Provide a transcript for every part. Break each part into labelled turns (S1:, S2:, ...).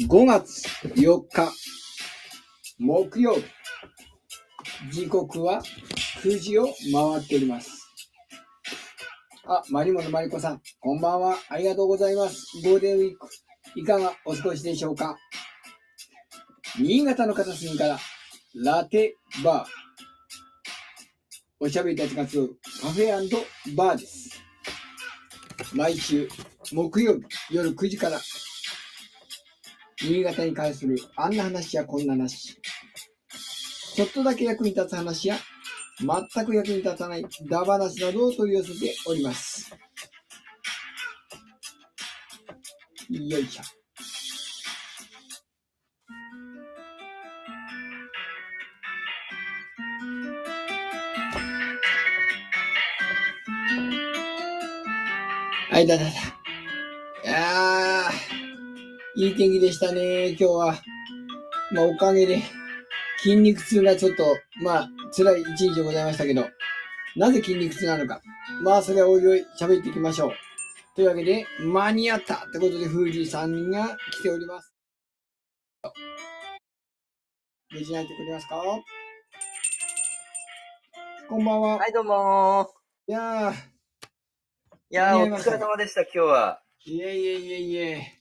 S1: 5月4日木曜日時刻は9時を回っておりますあ、マリモのマリコさんこんばんはありがとうございますゴールデンウィークいかがお過ごしでしょうか新潟の片隅からラテバーおしゃべりたちが集うカフェバーです毎週木曜日夜9時から新潟に関するあんな話やこんな話、ちょっとだけ役に立つ話や、全く役に立たないダ話などを取り寄せております。よいしょ。はい、だだだ。いやー。いい天気でしたね、今日は。まあ、おかげで、筋肉痛がちょっと、まあ、辛い一日でございましたけど、なぜ筋肉痛なのか。まあ、それはおいおい喋っていきましょう。というわけで、間に合ったってことで、富士山が来ております。無事泣いてくれますかこんばんは。
S2: はい、どうも
S1: いやー、
S2: ー。いやー、
S1: 見
S2: お
S1: えまし
S2: 疲
S1: た
S2: れ様でした、今日は。
S1: いえいえいえいえ。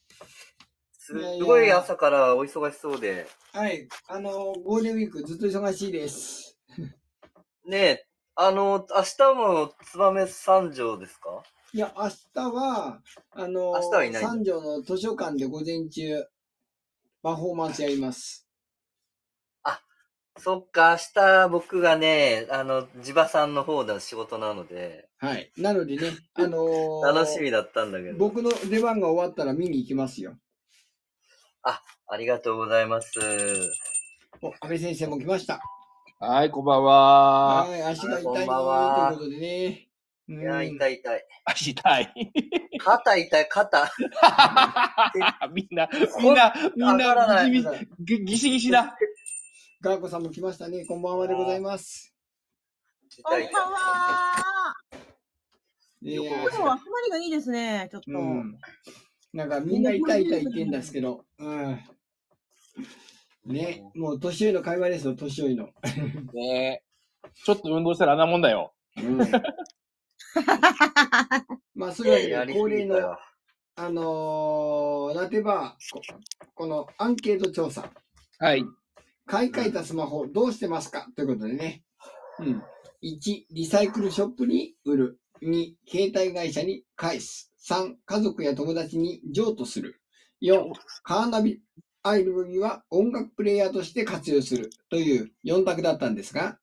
S2: す
S1: いやいや
S2: すごい朝からお忙しそうで。
S1: はい、あのーゴールデンウィークずっと忙しいです。
S2: ねえ、あの、明日も燕三条ですか
S1: いや、明日は、あの
S2: 明日はいないんだ
S1: 三条の図書館で午前中、パフォーマンスやります。
S2: そっか、明日僕がね、あの、地場さんの方の仕事なので、
S1: はい。なので ね、あのー
S2: 楽しみだったんだけど。
S1: 僕の出番が終わったら見に行きますよ。
S2: ありがとうございます。
S1: お、安倍先生も来ました。
S3: はい、こんばんは。
S1: はい、足が痛い
S2: こん
S1: とい
S2: ば
S1: うん
S2: は
S1: ことでね。い
S2: いやー、痛い痛い。
S3: 足痛い。
S2: 肩痛 い、肩。
S3: みんな、みんな、みん
S2: 上がら
S3: な、
S2: ない
S3: ぎぎぎしぎしだ。
S1: ガーコさんも来ましたね。こんばんはでございます。
S4: こ
S2: 痛
S4: ん
S2: い
S4: ばんは。
S1: いやー
S2: 横
S4: 今日は集まりがいいですね、ちょっと。
S1: うん。なんかみんな痛い痛い言ってんですけど、うん。ね、もう年寄りの会話ですよ、年寄りの。
S3: ねえちょっと運動したらあんなもんだよ。
S1: うん、 まあ、そういうわけ
S2: 痛い。や
S1: で、
S2: り
S1: 恒
S2: す
S1: 例
S2: ぎた
S1: の
S2: よ。
S1: あのーラテバーこ、このアンケート調査、
S3: はい。
S1: 買い替えたスマホどうしてますかということでね。うん。1、リサイクルショップに売る。2、携帯会社に返す。3、家族や友達に譲渡する。4、カーナビアイルには音楽プレイヤーとして活用するという4択だったんですが、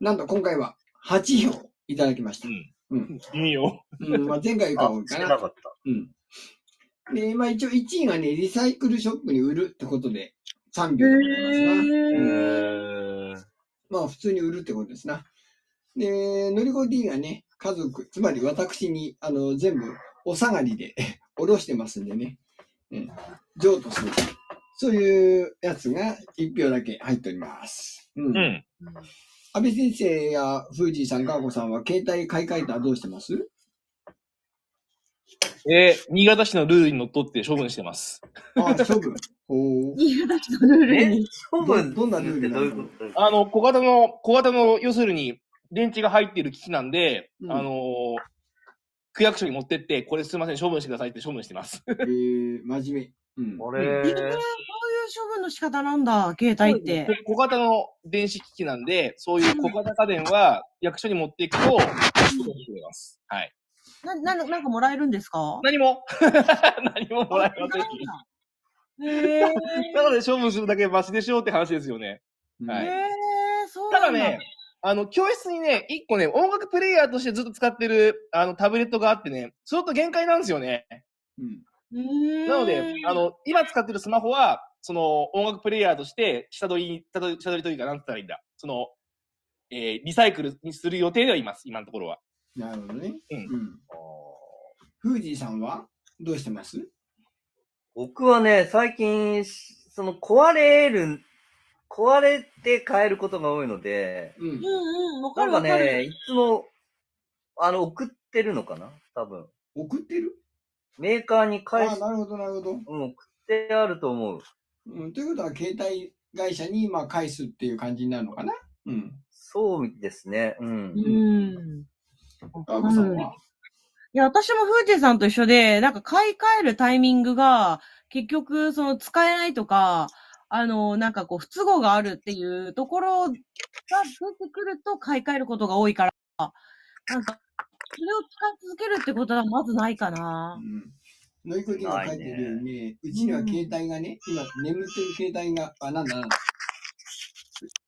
S1: なんと今回は8票いただきました。
S3: いいよ。
S1: うん、まあ、前回よりか
S2: あ
S1: は多い、
S2: 知
S1: からな
S2: な。かった。
S1: うん。で、まあ一応1位がね、リサイクルショップに売るってことで、3
S4: へ
S1: 秒でございますな。
S2: う
S4: ー
S2: ーん。
S1: まあ普通に売るってことですな。で、のりこ D がね、家族、つまり私に、あの、全部お下がりで おろしてますんでね、うん、譲渡する。そういうやつが1票だけ入っております。うん。
S3: うん。
S1: 安倍先生やフージーさん、ガーコさんは携帯買い替えたらどうしてます
S3: えー新潟市のルールにのっとって処分してます。
S1: あ、処分。おー
S4: 新潟市のルール
S2: え
S4: に。、
S2: 処分
S1: どんなルール
S2: って
S1: な
S2: ど
S1: の
S2: ういうこと
S3: あの、小型の、小型の、要するに、電池が入っている機器なんで、
S1: うん
S3: あのー区役所に持ってって、これすいません、処分してくださいって処分してます。
S1: えー、真面目。うん。
S2: あ
S4: えー、こういう
S2: れ
S4: 処分の仕方なんだ、携帯って。
S3: で小型の電子機器なんで、そういう小型家電は役所に持っていくと、処分してくれます。はい。
S4: な、な、なんかもらえるんですか
S3: 何も 何ももらえません。
S4: へー。
S3: なので処分するだけマシでしょうって話ですよね。
S1: うん
S3: はい
S4: へー、そう
S3: た
S4: な
S3: だ
S4: んだ。
S3: ね、あの、教室にね、一個ね、音楽プレイヤーとしてずっと使ってる、あの、タブレットがあってね、それと限界なんですよね。
S1: うん。
S3: な
S4: な
S3: ので、あの、今使ってるスマホは、その音楽プレイヤーとして、下取り、下取り下取りというか、なんて言ったらいいんだ。その、えーリサイクルにする予定ではいます、今のところは。
S1: なるほどね。
S3: うん
S1: うん。フージーさんはどうしてます
S2: 僕はね、最近、その壊れる、壊れて変えることが多いので、
S1: うん
S4: う。んうん、わか
S2: なん
S4: る
S2: か
S4: わかる。
S2: ね、いつも、あの、送ってるのかな多分。
S1: 送ってる
S2: メーカーに
S1: あ
S2: 返
S1: あ、
S2: し、
S1: なるほど、なるほど。
S2: うん、送ってあると思う。
S1: うん、ということは、携帯会社に、まあ、返すっていう感じになるのかなうん。
S2: そうですね。うん。
S4: うん。
S1: あ
S4: わ
S1: こ
S4: か
S1: さ
S4: る
S1: んは。
S4: いや、私もフージーさんと一緒で、なんか買い替えるタイミングが、結局、その使えないとか、あの、なんかこう、不都合があるっていうところが出てくると買い替えることが多いから、なんか、それを使い続けるってことはまずないかな。
S1: うん。のりこりが書いてるようにね、うちには携帯がね、今、眠ってる携帯が、あ、なんだなんだ。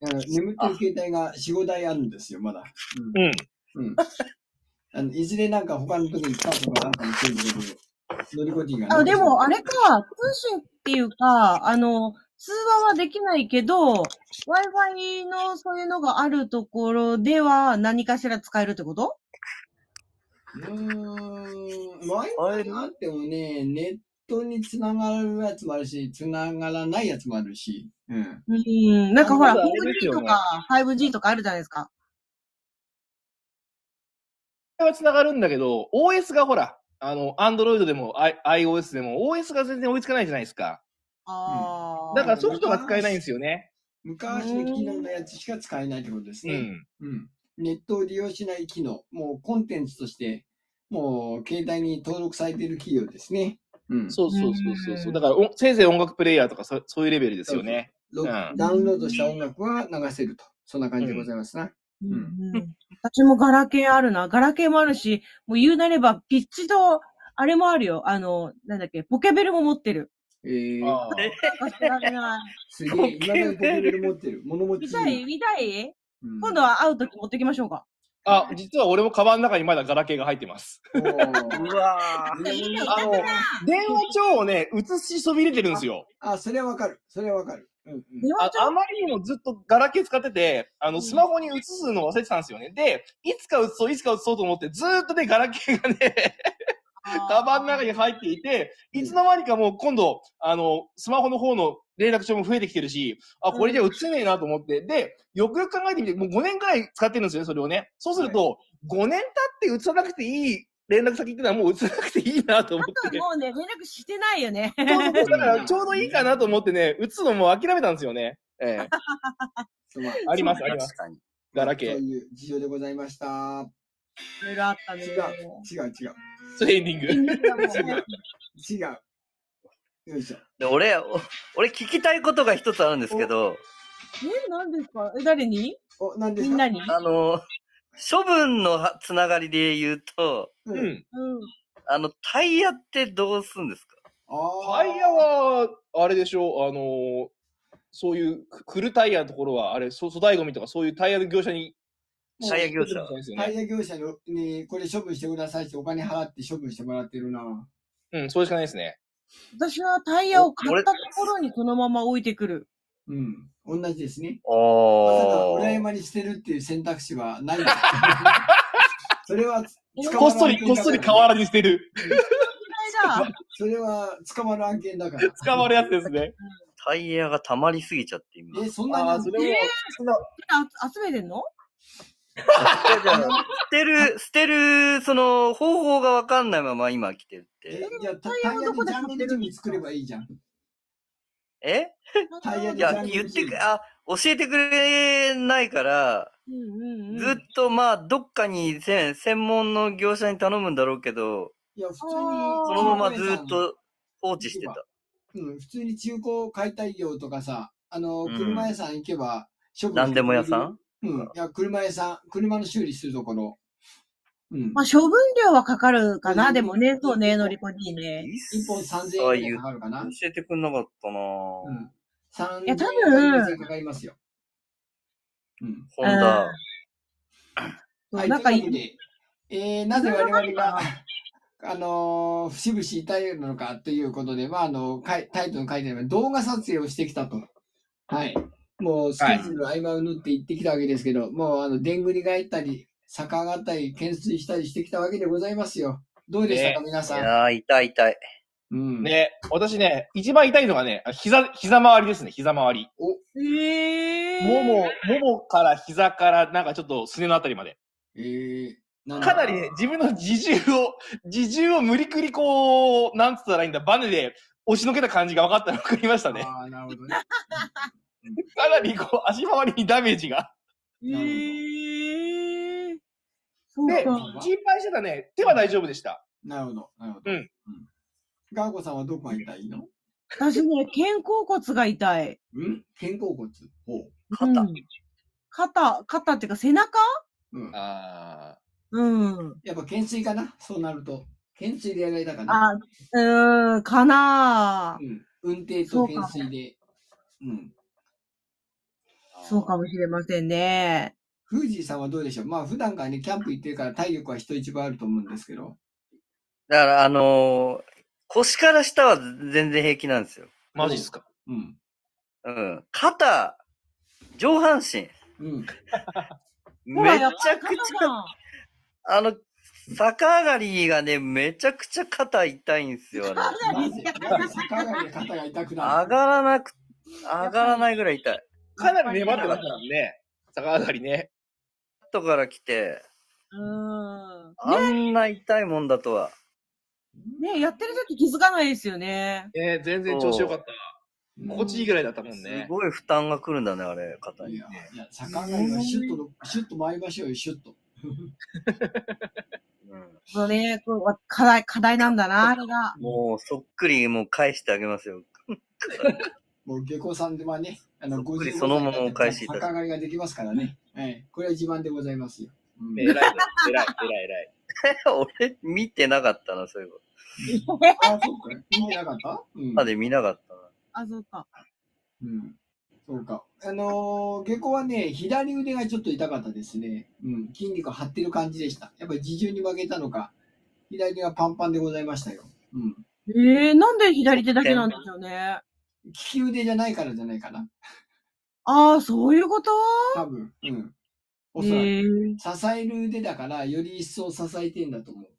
S1: あの眠ってる携帯が4、5台あるんですよ、まだ。
S3: うん。
S1: うん。あのいずれなんか他の時に使うとかなんか言ってるけど、のりこりがね、
S4: あでも、あれか、通信っていうか、あの、通話はできないけど、Wi-Fi のそういうのがあるところでは何かしら使えるってこと
S1: うーん、ワイ
S2: あれ
S1: があってもね、ネットにつながるやつもあるし、つながらないやつもあるし、うん。
S4: うん、なんかほら、
S3: あまだあれです
S4: 4G
S3: よ
S4: と
S3: ね
S4: か 5G とかあるじゃないですか。
S3: は繋がるんだけど、OS がほら、あの、Android でも、I、iOS でも、OS が全然追いつかないじゃないですか。
S4: ああ。
S3: だからソフトが使えないんですよね。
S1: 昔の機能のやつしか使えないってことです
S3: う
S1: ね。
S3: ん。
S1: うん。ネットを利用しない機能、もうコンテンツとして、もう携帯に登録されている企業ですね。うん。
S3: そうそうそうそうそうう。
S4: ん
S3: だからお、せいぜい音楽プレイヤーとかそ、そういうレベルですよね。
S1: ロ
S3: うん
S1: ダウンロードした音楽は流せると。そんな感じでございますな。
S4: うんん。私もガラケーあるな。ガラケーもあるし、もう言うなれば、ピッチと、あれもあるよ。あの、なんだっけ、ポケベルも持ってる。
S1: えー、
S3: ああ
S4: なんか知らない。
S1: すげえ、今までポケベル持ってる。物持
S4: 見
S1: ち。
S4: たい見たい
S1: うん
S4: 今度は会うとき持ってきましょうか。
S3: あ、実は俺もカバンの中にまだガラケーが入ってます。
S1: おー
S2: うわぁ。
S4: いいね
S3: あの、電話帳をね、映しそびれてるんですよ。
S1: あ、それはわかる。それはわかる。うんうん。
S4: 電
S3: あ
S4: 話帳
S3: あまりにもずっとガラケー使ってて、あの、スマホに映すの忘れてたんですよね。で、いつか映そう、いつか映そうと思って、ずーっとね、ガラケーがね、カバンの中に入っていて、いつの間にかもう今度、あの、スマホの方の連絡帳も増えてきてるし、あ、これじゃ映ねえなと思って、で、よくよく考えてみて、もう5年くらい使ってるんですよね、それをね。そうすると、5年経って映さなくていい連絡先ってのはもう映さなくていいなと思っ
S4: あ
S3: て
S4: と。もうね、連絡してないよ ね。
S3: そうそうそうだからちょうどいいかなと思ってね、打つのも諦めたんですよね。ええ、
S1: すまん
S3: あります、あります。
S2: 確かに。
S3: ガラケ
S1: そう
S3: ー。
S1: いう事情でございました。
S4: いろいろあったね。
S1: 違う、違う、違う。
S3: それエンディング。
S1: 違う。よいしょ。
S2: で俺、お俺聞きたいことが一つあるんですけど、
S4: え、何ですかえ、誰に
S1: お、何で
S4: み
S1: すか
S4: んなに
S2: あの、処分のはつながりで言うと、
S1: う。
S3: うんん。
S4: うん。
S2: あの、タイヤってどうすんですか
S1: あ
S3: タイヤは、あれでしょう、あのーそういう、くくるタイヤのところは、あれ、そ粗大ゴミとかそういうタイヤの業者に。
S2: タイヤ業者
S3: ですよ
S1: タイ
S3: ね。
S1: ヤ業者のにこれ処分してくださいってお金払って処分してもらってるな。
S3: うん、それしかないですね。
S4: 私はタイヤを買ったところにこのまま置いてくる。
S1: うん。同じですね。まさか
S2: お
S1: 裏山に捨てるっていう選択肢はない。それは捕ま
S3: こっ
S1: る
S3: そ
S1: 案
S3: り、
S1: 件
S3: こ
S1: だから
S3: っそり河原に捨てる。
S4: タ イヤだ。
S1: それは捕まる案件だから。
S3: 捕まるやつですね。
S2: タイヤが溜まりすぎちゃって今。
S1: え、そんなに
S3: あ
S1: あ
S3: あ、
S1: る
S3: それも、
S4: あ集めてんの
S2: いやじゃ あ捨てる、捨てる、その、方法がわかんないまま今来てるっ
S1: え
S2: て。、
S1: じゃあタ
S4: タイ
S1: イ
S4: ヤ
S1: ヤ
S4: は
S1: で
S4: どこ
S1: ジ
S4: で
S1: ャ
S4: 買
S1: ン
S4: っ
S1: グ
S4: てるん
S1: ル
S4: ですか
S1: ジム作ればいいじゃん。
S2: え
S1: タイヤ
S2: い
S1: で
S2: や、言ってく、あ、教えてくれないから、
S4: うんうんうん
S2: ずっとまあ、どっかにせん専門の業者に頼むんだろうけど、
S1: いや、普通に。
S4: あー
S2: そのままずっと放置してた。
S1: うん、普通に中古解体業とかさ、あの、
S2: うん
S1: 車屋さん行けば、処分
S2: なんでも屋さん
S1: うん。いや、車屋さん、車の修理するところ。うん
S4: ま。あ、処分料はかかるか
S1: う
S4: な。
S1: ん
S4: でもね、そうね、のりこにね。
S2: 一
S1: 一本3000円くらいかかるかな。
S2: 教えてくんなかったなぁ。
S1: うん。3000
S4: いや多分
S1: 円かかりますよ。うん。
S2: ホンダ。
S1: は
S4: そう
S1: い、
S4: なんか
S1: と
S4: い
S1: いうわけで、えー、なぜ我々が、 あのー節々痛いなのかということで、まあ、あの、かいタイトルに書いてある動画撮影をしてきたと。はい。もう、スケジュールの合間を縫って行ってきたわけですけど、もう、あの、でんぐり返ったり、逆上がったり、懸垂したりしてきたわけでございますよ。どうでしたか、皆
S2: い
S1: さん。
S2: やー、痛い痛い。
S1: うん。
S3: ね、私ね、一番痛いのがね、膝、膝周りですね、膝周り。
S4: ええー。
S3: もも、ももから膝から、なんかちょっとすねのあたりまで。
S1: えー、んだ
S3: かなりね、自分の自重を、自重を無理くりこう、なんつったらいいんだ、バネで押しのけた感じが分かったの分かりましたね。
S1: ああ、なるほどね。
S3: かなりこう、足回りにダメージが。
S4: ええー。そう
S3: で
S4: か。、
S3: 心配してたね、手は大丈夫でした。
S1: なるほど、なるほど。
S3: うん
S1: ん。ガーコさんはどこが痛いの
S4: 私ね、肩甲骨が痛い。
S1: うん肩甲骨。ほう。
S2: 肩
S4: うん肩、肩っていうか背中
S1: うん。
S3: あ
S4: うん。
S1: やっぱ懸垂かなそうなると。懸垂でやられたかな
S4: あ、うーん、かな
S1: うん。運転と懸垂で。うん。
S3: あ
S4: そうかもしれませんね。
S1: フージーさんはどうでしょうまあ普段からね、キャンプ行ってるから体力は人一倍あると思うんですけど。
S2: だから、あのー腰から下は全然平気なんですよ。
S3: マジっすか。
S1: うん。
S2: うん。肩、上半身、
S1: うん。
S4: ほ
S2: め
S4: ら
S2: ち
S4: や
S2: ゃ
S4: っ
S2: く
S4: ぱり肩
S2: ちゃ、
S4: が
S2: あの、逆上がりがね、めちゃくちゃ肩痛いんです よ、あれ。
S1: なぜ、なぜ逆上がりで肩が痛くな
S2: 上
S1: る
S2: がらなく、上がらないぐらい痛い。
S3: かなり粘ってましたもんね。逆上がりね。
S2: 後から来て、
S4: う
S2: あんな痛いもんだとは。
S4: ん。ね、やってる時気づかないですよね。
S3: ね全然調子良かっ
S1: う
S3: た。
S1: ん
S3: 心地いいぐらいだったもん
S2: す
S3: ね。
S2: ごい負担が来るんだね、あれ、肩
S1: い
S2: に。
S1: や、いや逆上がりはシュッとの、シュッと回りましょうよ、シュッと。
S2: うん
S4: このね、こう課題、課題なんだな、あれが。
S2: もう、そっくり、もう返してあげますよ。
S1: もう下校さんではね、あの、
S2: そっ
S1: ご
S2: くりそのままお返しいただく
S1: 逆上がりができますからね。はい。これは自慢でございますよ。うん
S3: 偉い、偉い、偉い、偉い。
S2: 俺、見てなかったな、そういうこ
S1: あ、そうか。見てなかったうん
S2: と。まで見なかったな。
S4: あ、そうか。
S1: うん。そうか。あのー、下校はね、左腕がちょっと痛かったですね。うん。筋肉張ってる感じでした。やっぱり自重に負けたのか、左手がパンパンでございましたよ。うん。
S4: ええー、なんで左手だけなんでしょうね。
S1: 利き腕じゃないからじゃないかな。
S4: ああ、そういうこと
S1: 多分。うん。おそらく。
S4: えー、
S1: 支える腕だから、より一層支えてんだと思う。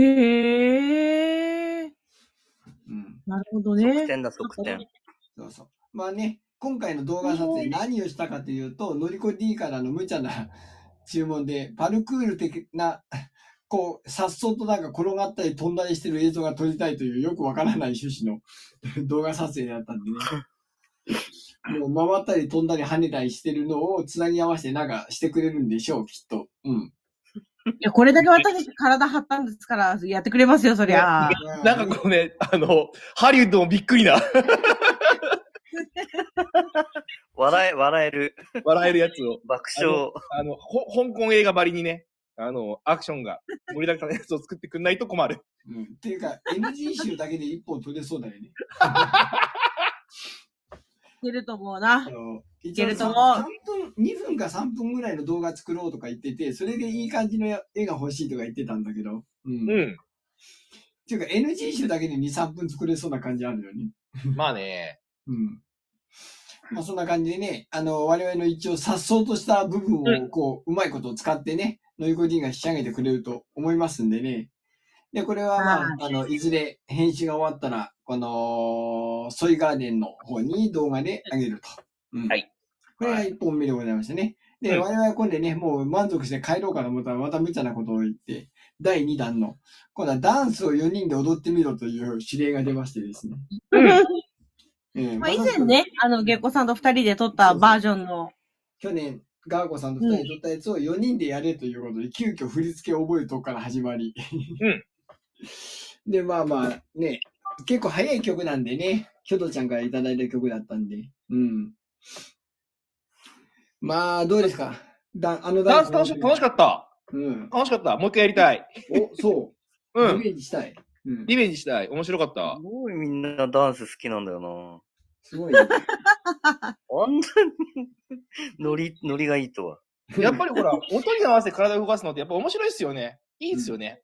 S4: えー、
S1: うん。
S4: なるほど
S2: 側
S4: ね。
S2: 転だ、側転。
S1: そうそう。まあね、今回の動画撮影何をしたかというと、のりこ D からの無茶な注文で、パルクール的な、こう、さっそうとなんか転がったり飛んだりしてる映像が撮りたいというよくわからない趣旨の 動画撮影だったんでね。もう回ったり飛んだり跳ねたりしてるのをつなぎ合わせてなんかしてくれるんでしょう、きっと。うん。
S4: いや、これだけ私たち体張ったんですから、やってくれますよ、そりゃ。
S3: なんかこうね、あの、ハリウッドもびっくりな、
S2: 笑え、笑える。
S3: 笑えるやつを、
S2: 爆笑。
S3: あの、ほ香港映画ばりにね、あの、アクションが盛りだくさんのやつを作ってくんないと困る。
S1: うん、っていうか、NG 集だけで一本撮れそうだよね。
S4: いけると思うな
S1: あ。の、い
S4: けると思
S1: 分、
S4: う
S1: 2分か3分ぐらいの動画作ろうとか言ってて、それでいい感じのや絵が欲しいとか言ってたんだけど。うん。っ
S3: うん。
S1: ていうか NG 集だけで2、3分作れそうな感じあるよね。
S3: まあね。
S1: うん。まあそんな感じでね、あの、我々の一応、さっそうとした部分を、こう、うまいことを使ってね、ノイコディが仕上げてくれると思いますんでね。で、これは、まあ、あの、いずれ編集が終わったら、この、ソイガーデンの方に動画で上げると。うん
S2: はい。
S1: これが一本目でございましたね。で、
S3: うん
S1: 我々は今度ね、もう満足して帰ろうかと思ったら、また無茶なことを言って、第2弾の、今度はダンスを4人で踊ってみろという指令が出ましてですね。えー
S4: まあ、以
S1: た
S4: 前ね、あの、ゲッコさんと二人で撮ったバージョンの、
S1: 去年、ガーゴさんと二人で撮ったやつを4人でやれということで、急遽振り付けを覚えるとこから始まり。
S3: うん
S1: で、まあまあね、結構早い曲なんでね、キョドちゃんからいただいた曲だったんで。うん。まあ、どうですかだあの
S3: ダンス楽し楽しかった。
S1: うん。
S3: 楽しかった。もう一回やりたい。
S1: お、そうう。リ
S3: ん。
S1: ベンジしたい。うん。
S3: リベンジしたい。面白かった
S2: す。ごいみんなダンス好きなんだよ
S1: す ごい、ね。
S2: な。あんなにノリ、ノリがいいとは。
S3: やっぱりほら、音に合わせて体を動かすのってやっぱ面白いっすよね。いいっすよね。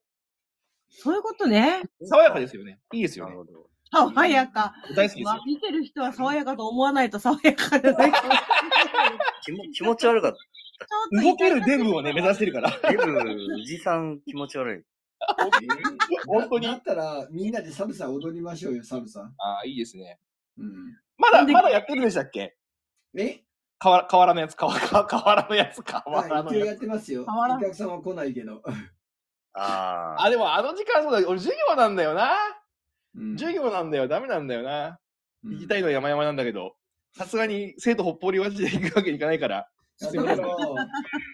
S4: そういうことね。
S3: 爽やかですよね。いいですよ
S2: なる
S3: ね。
S2: ほど。
S4: 爽やか。
S3: 大好きです
S4: まあ
S3: よ。、
S4: 見てる人は爽やかと思わないと爽やかじゃ ない。ちょっ
S2: 気も気持ち悪かっ
S4: と
S3: 動けるデブをね、目指してるから。
S2: た。デブ、おじさん気持ち悪い。
S3: 本当に
S1: だったら、みんなでサブサ踊りましょうよ、サブサ。
S3: ああ、いいですね。
S1: うん。
S3: まだ、まだやってるんでしたっけ
S1: え
S3: 河原河原のやつ、河原河原のやつ、河原
S1: は
S3: の
S1: い、一応
S3: やつ。
S1: やってますよ。
S4: 変わら
S1: お
S4: ん
S1: 客様来ないけど。
S2: ああ。
S3: あ、でもあの時間そうだ、俺授業なんだよな。
S1: うん
S3: 授業なんだよ、ダメなんだよな。
S1: うん
S3: 行きたいのは山々なんだけど、さすがに生徒北方領地で行くわけにいかないから。
S1: だから、だ か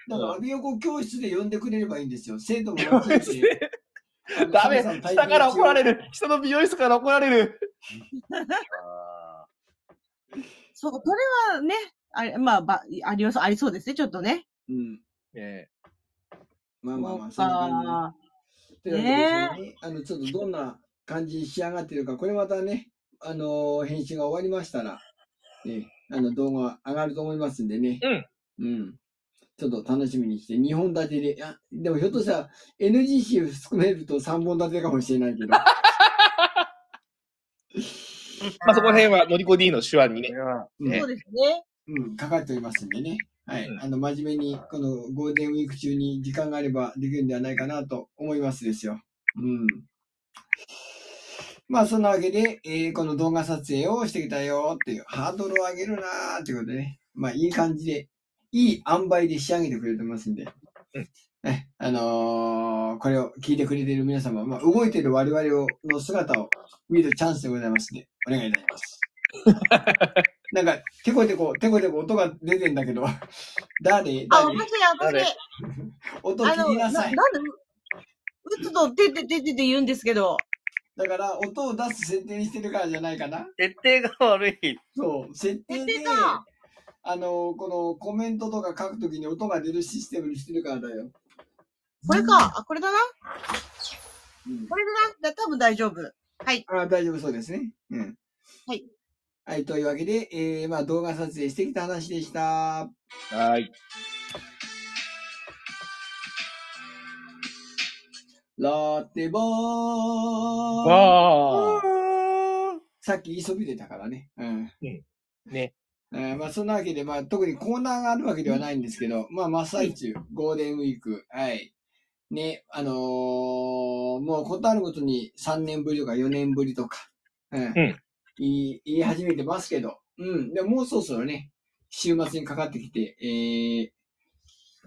S1: らアビ横教室で呼んでくれればいいんですよ。生徒も教室で。
S3: ダメ、下から怒られる。下の美容室から怒られる。
S2: あ
S4: そう、それはね、あれ、まあ、ば、ありよありそうですね、ちょっとね。
S1: うん。
S3: ね
S1: まあまあまあ、そ
S4: そ
S1: ん
S4: う
S1: な感じで。
S4: か
S1: というわけでですねあの、ちょっとどんな感じに仕上がってるか、これまたね、あのー編集が終わりましたら、ね、あの、動画上がると思いますんでね。うん。ちょっと楽しみにして、2本立てで、あ、でもひょっとしたら NGC 含めると3本立てかもしれないけど。
S3: まあそこら辺はノリコ D の手腕
S2: ーこ
S3: にね。
S2: れは、
S1: うん
S4: そうですね。
S1: うん、かかっておりますんでね。はい。
S3: うん
S1: あの、真面目に、このゴールデンウィーク中に時間があればできるんではないかなと思いますですよ。うん。まあ、そんなわけで、えーこの動画撮影をしてきたよっていう、ハードルを上げるなーっていうことでね。まあ、いい感じで、いい塩梅で仕上げてくれてますんで。ね、あのーこれを聞いてくれている皆様、まあ、動いている我々をの姿を見るチャンスでございますんで、お願いいたします。なんか、てこてこ、てこてこ音が出てんだけど、 誰誰
S4: あ、私、
S2: 誰
S4: 私、
S1: 音
S4: あ
S1: 切
S4: の、
S1: り
S4: な
S1: な
S4: な
S1: さ
S4: ん
S1: い
S4: で。、うつと出て出てて言うんですけど、
S1: だから、音を出す設定にしてるからじゃないかな。
S2: 設定が悪い。
S1: そう、設定で
S4: 設定だ、
S1: あの、このコメントとか書くときに音が出るシステムにしてるからだよ。
S4: これか、あ、これだな、
S1: うん
S4: これだな、だ多分大丈夫。
S1: あ大丈夫そうですね。うん。
S4: はい。
S1: はい、というわけで、えー、まあ動画撮影してきた話でした。
S3: はい。
S1: ラテボー
S3: わあ。
S1: さっき言いそびれたからね。うん。
S3: ね。
S1: えーまあそんなわけで、まあ特にコーナーがあるわけではないんですけど、まあ真っ最中、ゴールデンウィーク、はい。ね、あのーもうことあるごとに3年ぶりとか4年ぶりとか、うん。
S3: ん
S1: 言い言い始めてますけど、うん。でももうそろそろね、週末にかかってきて、えー、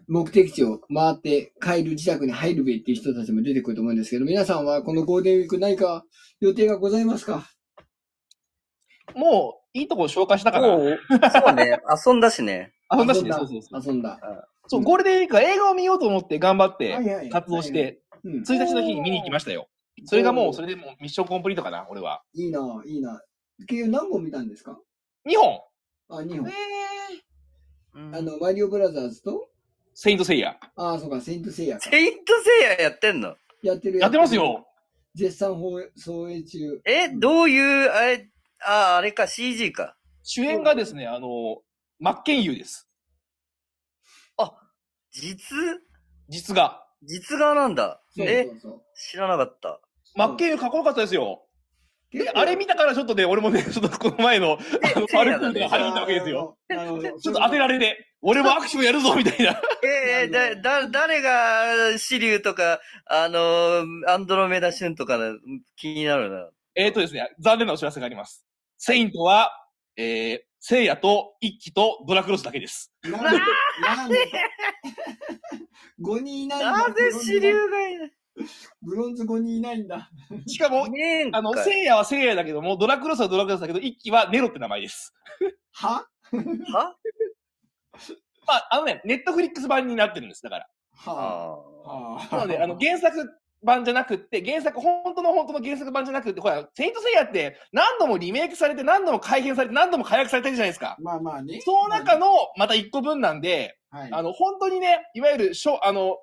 S1: 目的地を回って帰る自宅に入るべっていう人たちも出てくると思うんですけど、皆さんはこのゴールデンウィーク何か予定がございますか
S3: もう、いいとこ消化したから。
S2: もう、そうね、遊んだしね。
S3: あ、そんだし
S1: 遊ん
S3: ね。
S1: だ
S3: そうそうそう。
S1: 遊んだ。
S3: そう、ゴールデンウィークは映画を見ようと思って頑張って
S1: はい
S3: 活動し。て、
S1: うん
S3: 1日の日に見に行きましたよ。それがもう、それでもうミッションコンプリートかな、俺は。
S1: いいな、いいな。結局何本見たんですか
S3: 2本、
S1: あ、2
S4: え
S1: 本。
S4: え
S1: あの、マリオブラザーズと、
S3: セイントセイヤ。
S1: ああ、そうか、セイントセイヤか。
S2: セイントセイヤやってんの
S1: やってる
S3: やってますよ。
S1: 絶賛放送映中。
S2: え、どういう、あれ、あ、あれか、CG か。
S3: 主演がですね、あの、マッケンユーです。
S2: 実
S3: 実が。
S2: 実画なんだ。
S1: そう
S2: え
S1: そ、うそう。
S2: 知らなかった。
S3: マッケンユーかっこよかったですよ。
S1: 結構
S3: あれ見たからちょっとね、俺もね、 ちょっとこの前の、あの、
S2: セイ
S3: パル
S2: ヤ
S3: クー
S2: だ
S3: ル
S2: ね
S3: が張り切ったわけですよ。。
S1: なるほど。
S3: ちょっと当てられて、俺もアクションやるぞ、みたいな。
S2: えー、
S1: なる
S2: だ、
S1: ほど
S2: だ、誰が、シリュウとか、あのー、アンドロメダシュンとかの気になるな。
S3: えっとですね、残念なお知らせがあります。セイントは、えー、セイヤと一騎とドラクロスだけです。
S1: れなんでなんで ?5 人いないんだ。
S2: なぜシリュウがいない
S1: ブロンズ5人いないんだ。
S3: し かも、
S2: ねえんか
S3: あの、
S2: い
S3: 聖夜は聖夜だけども、ドラクロスはドラクロスだけど、一騎はネロって名前です。
S1: は
S2: は
S3: まあ、あのね、ネットフリックス版になってるんです、だから。
S1: は
S2: あ
S1: あ。は
S3: なので、あの、原作版じゃなくって、原作、本当の本当の原作版じゃなくって、ほら、セイントセイヤって何度もリメイクされて、何度も改編されて、何度も改悪されてるじゃないですか。
S1: まあまあね。
S3: その中の、また一個分なんで、
S1: はい。
S3: あの、本当にね、いわゆる、しょあの、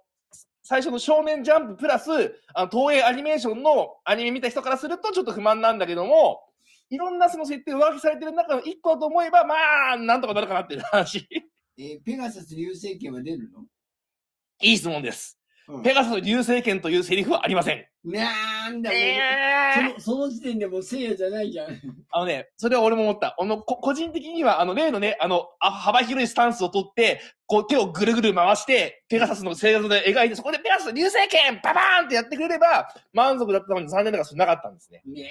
S3: 最初の少年ジャンププラス、あの東映アニメーションのアニメ見た人からするとちょっと不満なんだけども、いろんなその設定上書きされてる中の一個だと思えば、まあ、なんとかなるかなっていう話。
S1: えーペガサス流星拳は出るの
S3: いい質問です。
S1: うん
S3: ペガサス流星剣というセリフはありません。
S1: なんだもう、
S3: え
S1: そ
S3: ー
S1: のその時点でもう聖夜じゃないじゃん。
S3: あのね、それは俺も思った。あの、こ個人的には、あの、例のね、あの、あ幅広いスタンスを取って、こう、手をぐるぐる回して、ペガサスの生活で描いて、そこでペガサス流星剣ババーンってやってくれれば、満足だったのに残念ながらそれなかったんですね。
S1: ね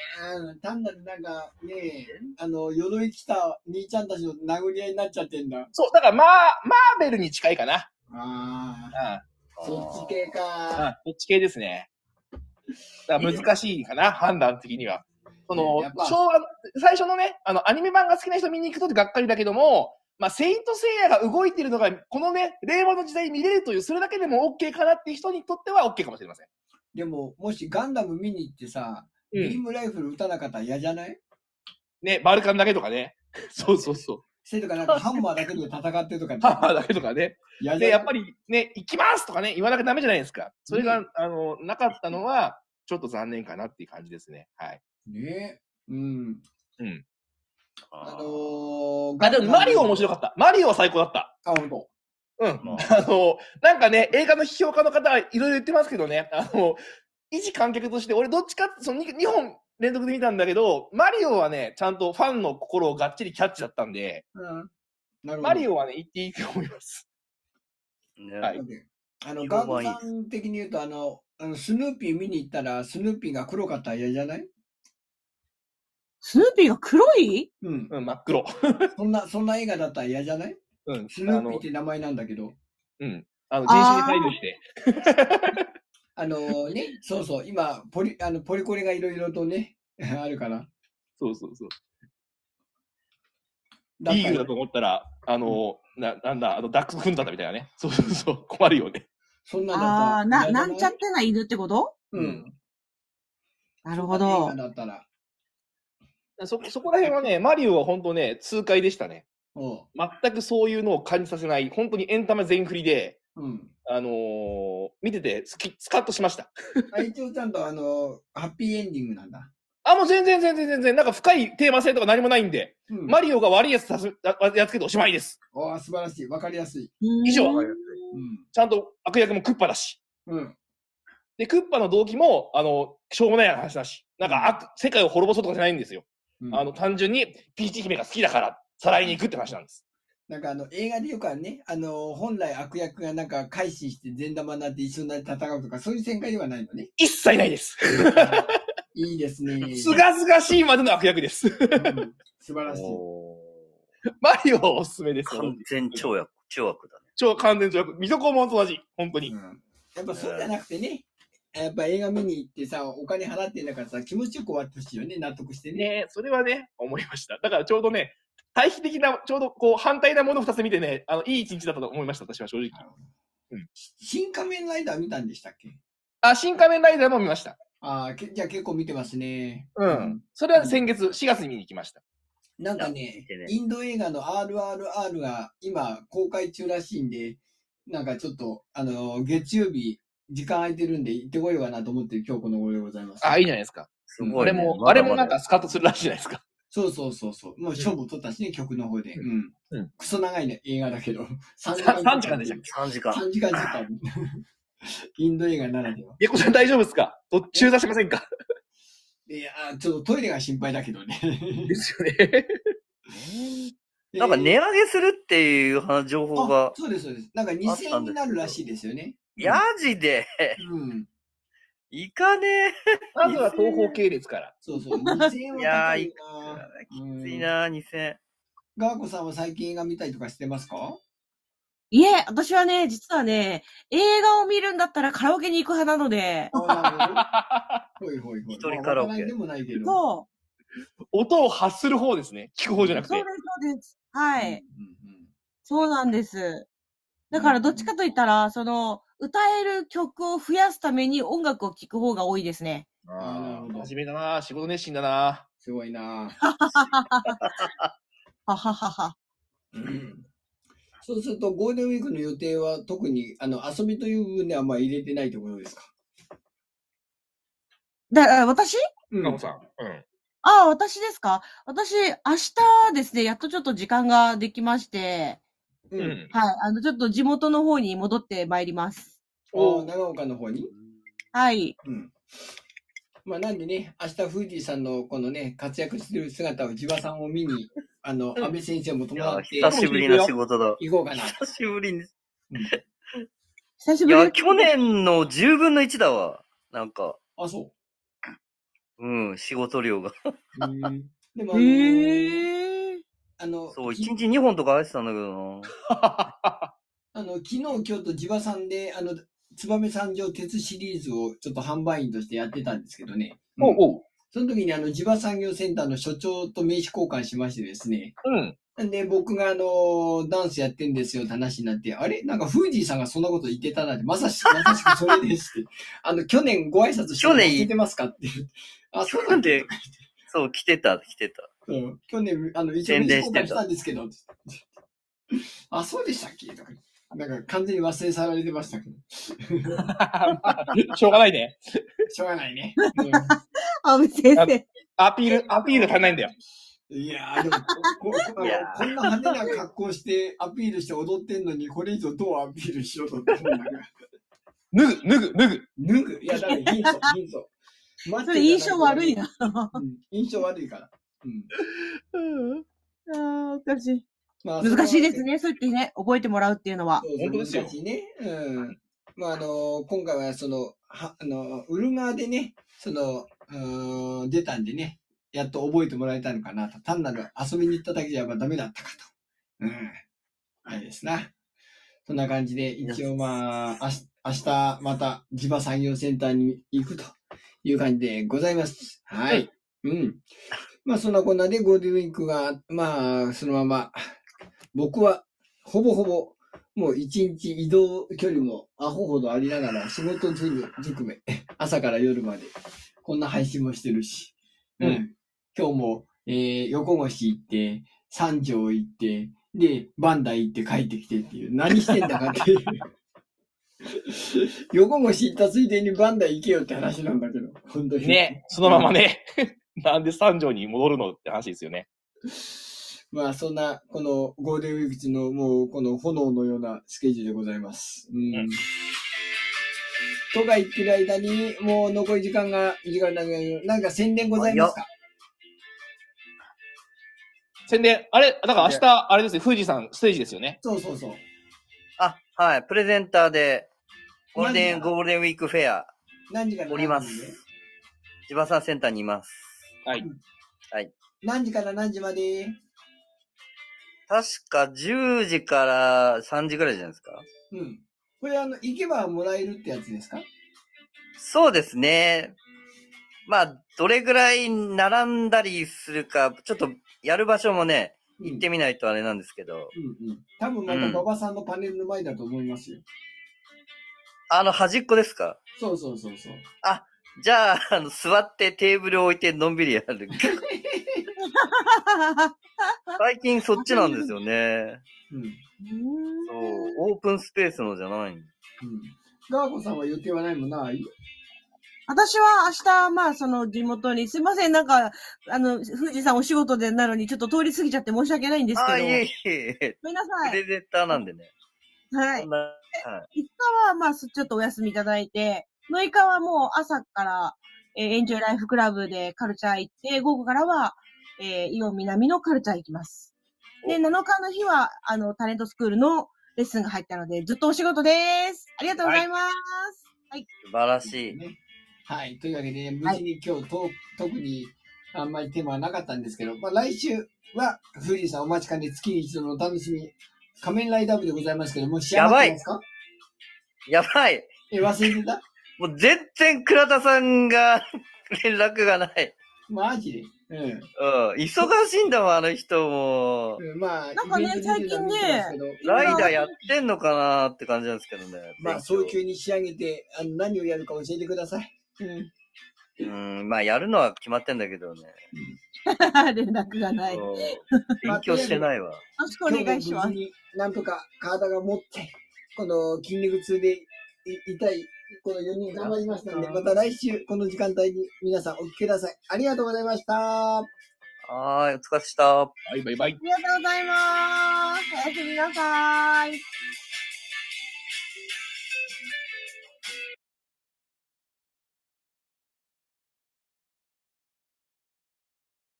S1: え、単なるなんかねえ、あの、鎧着た兄ちゃんたちの殴り合いになっちゃってんだ。
S3: そう、だから、まあ、マーベルに近いかな。
S1: あ
S3: う
S1: あ、そっち系
S3: ん。う
S1: か。
S3: ん、どっち系ですね。だから難しいかな、判断的には。その
S1: やっぱ、
S3: 昭和、最初のね、あの、アニメ版が好きな人見に行くとがっかりだけども、まあ、セイントセイヤが動いてるのが、このね、令和の時代に見れるという、それだけでも OK かなっていう人にとっては OK かもしれません。
S1: でも、もしガンダム見に行ってさ、
S3: う
S1: ビー
S3: ん。
S1: ムライフル撃たなかったら嫌じゃない
S3: ね、バルカンだけとかね。そうそうそ
S1: せとかなんかハンマーだけで戦ってとか
S3: う。ハ ーだけとかね。
S1: 嫌じ
S3: で、
S1: ゃ
S3: や
S1: な
S3: っ
S1: い
S3: ぱりね、行きますとかね、言わなきゃダメじゃないですか。それが、あの、なかったのは、ちょっと残念かなっていう感じですね。はい。
S1: ねえ。うん。
S3: うん。
S1: あのー、
S3: あ、でもマリオ面
S1: い。
S3: 白かった。マリオは最高だった。
S1: あ、本当。
S3: うん。
S2: まあ
S3: あの、なんかね、映画の批評家の方はいろいろ言ってますけどね、あの、一観客として、俺どっちかって、その 2, 本連続で見たんだけど、マリオはね、ちゃんとファンの心をがっちりキャッチだったんで、
S1: うん。なるほど。
S3: マリオはね、言っていいと思います。
S2: ね
S3: はい
S1: あの、
S2: 評
S1: ガン
S2: 判いい
S1: さん的に言うと、あの、あのスヌーピー見に行ったら、スヌーピーが黒かったら嫌じゃない
S4: スヌーピーが黒い
S1: うん。
S3: うん、真っ黒。
S1: そんな、そんな映画だったら嫌じゃない
S3: うん、
S1: スヌ
S3: あ
S1: ーピー
S3: の
S1: っ、て名前なんだけ ど。
S3: うん。あの、人種に配慮して。
S1: あのね、そうそう、今、ポリ、あの、ポリコレがいろいろとね、 あるから。
S3: そうそうそう。
S1: だ
S3: イーグルだ
S1: ら
S3: と思ったら、あの、ななんだ、あの、ダックスフンだったみたいなね。 そうそうそう、困るよね。
S1: そんな
S4: あ
S1: だ
S4: あ、
S1: っ
S4: な、
S1: たら嫌じ
S4: ないんちゃってな犬ってこと
S1: うん。
S4: なるほ
S1: 映
S4: ど
S1: 画。だったら。
S3: そ、そこら辺はね、マリオは本当ね、痛快でしたね。
S1: おう。
S3: 全くそういうのを感じさせない、本当にエンタメ全振りで、
S1: うん。
S3: あのー見ててスキ、スカッとしました。
S1: あ一応ちゃんと、あの、ハッピーエンディングなんだ。
S3: あ、もう全然全然全然、なんか深いテーマ性とか何もないんで、
S1: うん。
S3: マリオが悪いやつさすややっつけておしまいです。
S1: おー素晴らしい。わかりやすい。
S3: 以上
S4: うん
S1: うん。
S3: ちゃんと悪役もクッパだし。
S1: うん。
S3: で、クッパの動機も、あの、しょうもない話だし、なんか悪、世界を滅ぼそうとかじゃないんですよ。
S1: うん
S3: あの、単純に、ピーチ姫が好きだから、さらいに行くって話なんです。
S1: なんかあの映画でよくあるね、あの本来悪役がなんか改心して善玉になって一緒になって戦うとか、そういう展開ではないのね。
S3: 一切ないです。
S1: いいですね。
S3: すがすがしいまでの悪役です。
S1: う ん素晴らしい。
S2: お
S3: マリオはおすすめです。
S2: ー完全超悪、超悪だね。
S3: 超完全条約。水戸黄門と同じ。本当に。
S1: うんやっぱそうじゃなくてね、やっぱ映画見に行ってさ、お金払ってんだからさ、気持ちよく終わってほしいよね、納得してね。
S3: ねそれはね、思いました。だからちょうどね、対比的な、ちょうどこう反対なものを2つ見てね、あの、いい一日だったと思いました、私は正直。
S1: 新仮面ライダー見たんでしたっけ
S3: あ、新仮面ライダーも見ました。
S1: ああ、けじゃあ結構見てますね。
S3: う
S1: うんん。
S3: それは先月、4月に見に行きました。
S1: なんか
S2: いや
S1: ね
S2: 見てね、
S1: インド映画の RRR が今公開中らしいんで、なんかちょっと、あの、月曜日、時間空いてるんで行ってこようかなと思ってる今日この頃でございます。
S3: あ、いいじゃないですか。
S2: すご
S3: あ
S2: い、ね。
S3: れも、
S2: まだ
S3: あれ
S2: まだ
S3: もなんかスカッとするらしいじゃないですか。
S1: そうそうそうそう。もう勝負取ったしね、曲の方で。うん。
S3: うん
S1: クソ長いね、映画だけど。3
S3: 3時間でしたっけ
S2: 3時間。
S1: ?3 時間時間。インド映画ならでは。
S3: ゲコさん大丈夫ですか途中出しませんか
S1: いやー、ちょっとトイレが心配だけどね。
S3: ですよね。
S2: なんか値上げするっていう話情
S1: え
S2: 報
S1: ー、
S2: が
S1: あ、そうです、そうです。なんか
S2: あった
S1: 2000円
S2: んですけど
S1: になるらしいですよね。
S2: やじで、
S1: うん。
S2: いかね
S3: まずは東方系列から。
S1: そう そう。2000円は高い
S2: え。
S1: な。
S2: き
S1: き
S2: つい。な、2000。
S1: ガーコさんは最近映画見たりとかしてますか
S4: いえ、私はね、実はね、映画を見るんだったらカラオケに行く派なので、
S1: ほい ほいほい。
S2: 一人カラ
S1: まあわ
S2: オケ
S1: からんでもないけど。
S4: そ
S3: 音を発する方ですね。聞く方じゃな
S4: う、
S3: く
S4: そうで
S3: て
S4: す、。そうです。は
S1: うん
S4: い。そうなんです。だから、どっちかと言ったら、その、歌える曲を増やすために音楽を聴く方が多いですね。
S1: あー
S3: 真面目だな仕事熱心だな
S1: すごいなぁ。
S4: はははは。
S1: そうすると、ゴールデンウィークの予定は特にあの遊びという部分ではあんまり入れてないってことですか
S4: だ、あ私
S1: う
S3: ナモさん。うん。
S4: ああ、私ですか私、明日ですね、やっとちょっと時間ができまして、
S1: うん。
S3: うん。
S4: はい、あの、ちょっと地元の方に戻ってまいります。
S1: お長岡の方に。
S4: はい。
S1: うん。まあ、なんでね、明日、富士さんのこのね、活躍してる姿を、地場さんを見に、あの、安倍先生も
S2: い
S1: 伴
S2: や
S1: っ
S2: ー、
S1: て
S2: 久しぶりの仕事だ。
S1: 行こうかな。
S2: 久しぶりに。
S4: 久し
S2: い
S4: ぶり
S2: や、
S4: に。
S2: 去年の10分の1だわ。なんか、
S1: あ、そ
S2: うん、仕事量 が。
S1: う。でも、あのー、
S4: へえ。
S1: あの、
S2: そう、1
S1: き
S2: 日2本とか入ってたんだけどな。
S1: あの昨日、今日と地場さんで、あの、燕三条鉄シリーズをちょっと販売員としてやってたんですけどね。
S3: おうおう。
S1: その時にあの、地場産業センターの所長と名刺交換しましてですね。
S3: うん。
S1: で、僕があのー、ダンスやってんですよって話になって、あれなんかフージーさんがそんなこと言ってたなんて、まさし、まさしくそれですって。あの、去年ご挨拶して
S2: 去年
S1: 聞いてますかって。あ、そう
S2: な
S1: なんんで
S2: で、そう、来てた、来てた。
S1: うん去年、あの、一応
S2: 宣
S1: 名
S2: 伝
S1: 刺
S2: し
S1: 交
S2: て
S1: 換し
S2: た
S1: たんですけど。 あ、そうでしたっけとか。なんか完全に忘れ去られてましたけど。
S3: しょうがないね。
S1: しょうがないね。
S4: 安部先
S3: あ
S4: 生。
S3: アピール、アピールが足りないんだよ。
S1: いやー、でもこ、ここ
S2: いやー
S1: こんな派手な格好してアピールして踊ってんのに、これ以上どうアピールしようと思ったんだから。
S3: 脱ぐ、脱ぐ、脱ぐ。
S1: 脱ぐ。いや、だから貧相、貧相。マ
S4: そ
S1: ジで
S4: れ印象悪いな。
S1: うん印象悪いから。うん
S4: あーおかしい。
S1: まあ
S4: 難しいです
S1: ね。
S4: ね。そうやってね、覚えてもらうっていうのは。
S1: そう
S3: 本当ですよ
S1: 難しいね。うん。まあ、あのー今回は、その、は、あのー、売る側でね、その、うーん、出たんでね、やっと覚えてもらえたのかなと。単なる遊びに行っただけじゃやっぱダメだったかと。うん。あれですな。そんな感じで、一応まあ、あし明日、また、地場産業センターに行くという感じでございます。はい。うん。まあ、そんなこんなでゴールデンウィークが、まあ、そのまま、僕は、ほぼほぼもう一日移動距離もアホほどありながら仕事ずる含め、 朝から夜までこんな配信もしてるし、
S3: うん
S1: 今日も、えー横越行って、三条行って、で、バンダイ行って帰ってきてっていう、何してんだか っていう。横越行ったついでにバンダイ行けよって話なんだけど、本当に。
S3: ね、そのままね。 なんで三条に戻るのって話ですよね。
S1: まあそんな、このゴールデンウィーク中のもうこの炎のようなスケジュールでございます。うん。
S3: うん
S1: とか言ってる間に、もう残り時間が、時間なくなる。なんか宣伝ございますか
S3: 宣伝、あれ、だから明日、あれですね、富士山ステージですよね。
S1: そうそうそう。
S2: あ、はい、プレゼンターで、ゴールデン、
S1: 何が
S2: ゴールデンウィークフェア、
S1: 何時から
S2: お
S1: 何時
S2: ります千葉さんセンターにいます。
S1: 何時から何時まで
S2: 確か10時から3時ぐらいじゃないですか。
S1: うん。これあの、行けばもらえるってやつですか
S2: そうですね。まあ、どれぐらい並んだりするか、ちょっとやる場所もね、
S1: 行
S2: 行ってみないとあれなんですけど、
S1: うんうん。多分また馬場さんのパネルの前だと思いますよ。
S2: あの端っこですか
S1: そうそうそうそう。
S2: じゃあ、あの、座ってテーブル置いてのんびりやる。最近そっちなんですよね。
S1: うん。うん。
S2: そう、オープンスペースのじゃない。
S1: ガーコさんは予定はないもんない
S4: 私は明日、まあ、その地元に、すいません、なんか、あの、富士山お仕事でなのに、ちょっと通り過ぎちゃって申し訳ないんですけど。
S2: あ、いえ
S4: ご
S2: いえ。
S4: めんな
S2: プ
S4: さい。
S2: レゼンターなんでね。
S4: は
S2: そ
S4: い
S2: ん。なはい
S4: 5日は、まあ、そちょっとお休みいただいて、6日はもう朝から、えーエンジョイライフクラブでカルチャー行って、午後からは、えーイオン南のカルチャー行きます。で、7日の日は、あの、タレントスクールのレッスンが入ったので、ずっとお仕事です。ありがとうございます。
S2: 素晴らしい。
S1: ね。はい。というわけで、無事に今日と、特にあんまりテーマはなかったんですけど、まあ、来週は、富士山お待ちかね月に一度のお楽しみ、仮面ライダー部でございますけど、もう仕上がってますか
S2: やばい。
S1: え、忘れてた
S2: もう全然倉田さんが連絡がない。
S1: マジで。うん
S2: うん。忙しいんだもん、あの人も。
S1: うん。まあ、
S4: なんかね
S1: イベントに出てたんですけど
S2: ライダーやってんのかなって感じなんですけどね。
S1: まあ、早急に仕上げて、あの何をやるか教えてください。うん。
S2: うん、まあやるのは決まってんだけどね。
S4: 連絡がない。よ
S2: そう勉強してないわ。
S4: ろしくお願いしま
S1: 今日も無事。
S4: す
S1: になんとか体が持って、この筋肉痛でい痛い、この4人頑張りましたので、また来週この時間帯に皆さんお聞きください。ありがとうございました。
S2: はーい、お疲れっした。
S3: バイバイバイ。
S4: ありがとうございます。おやすみなさい。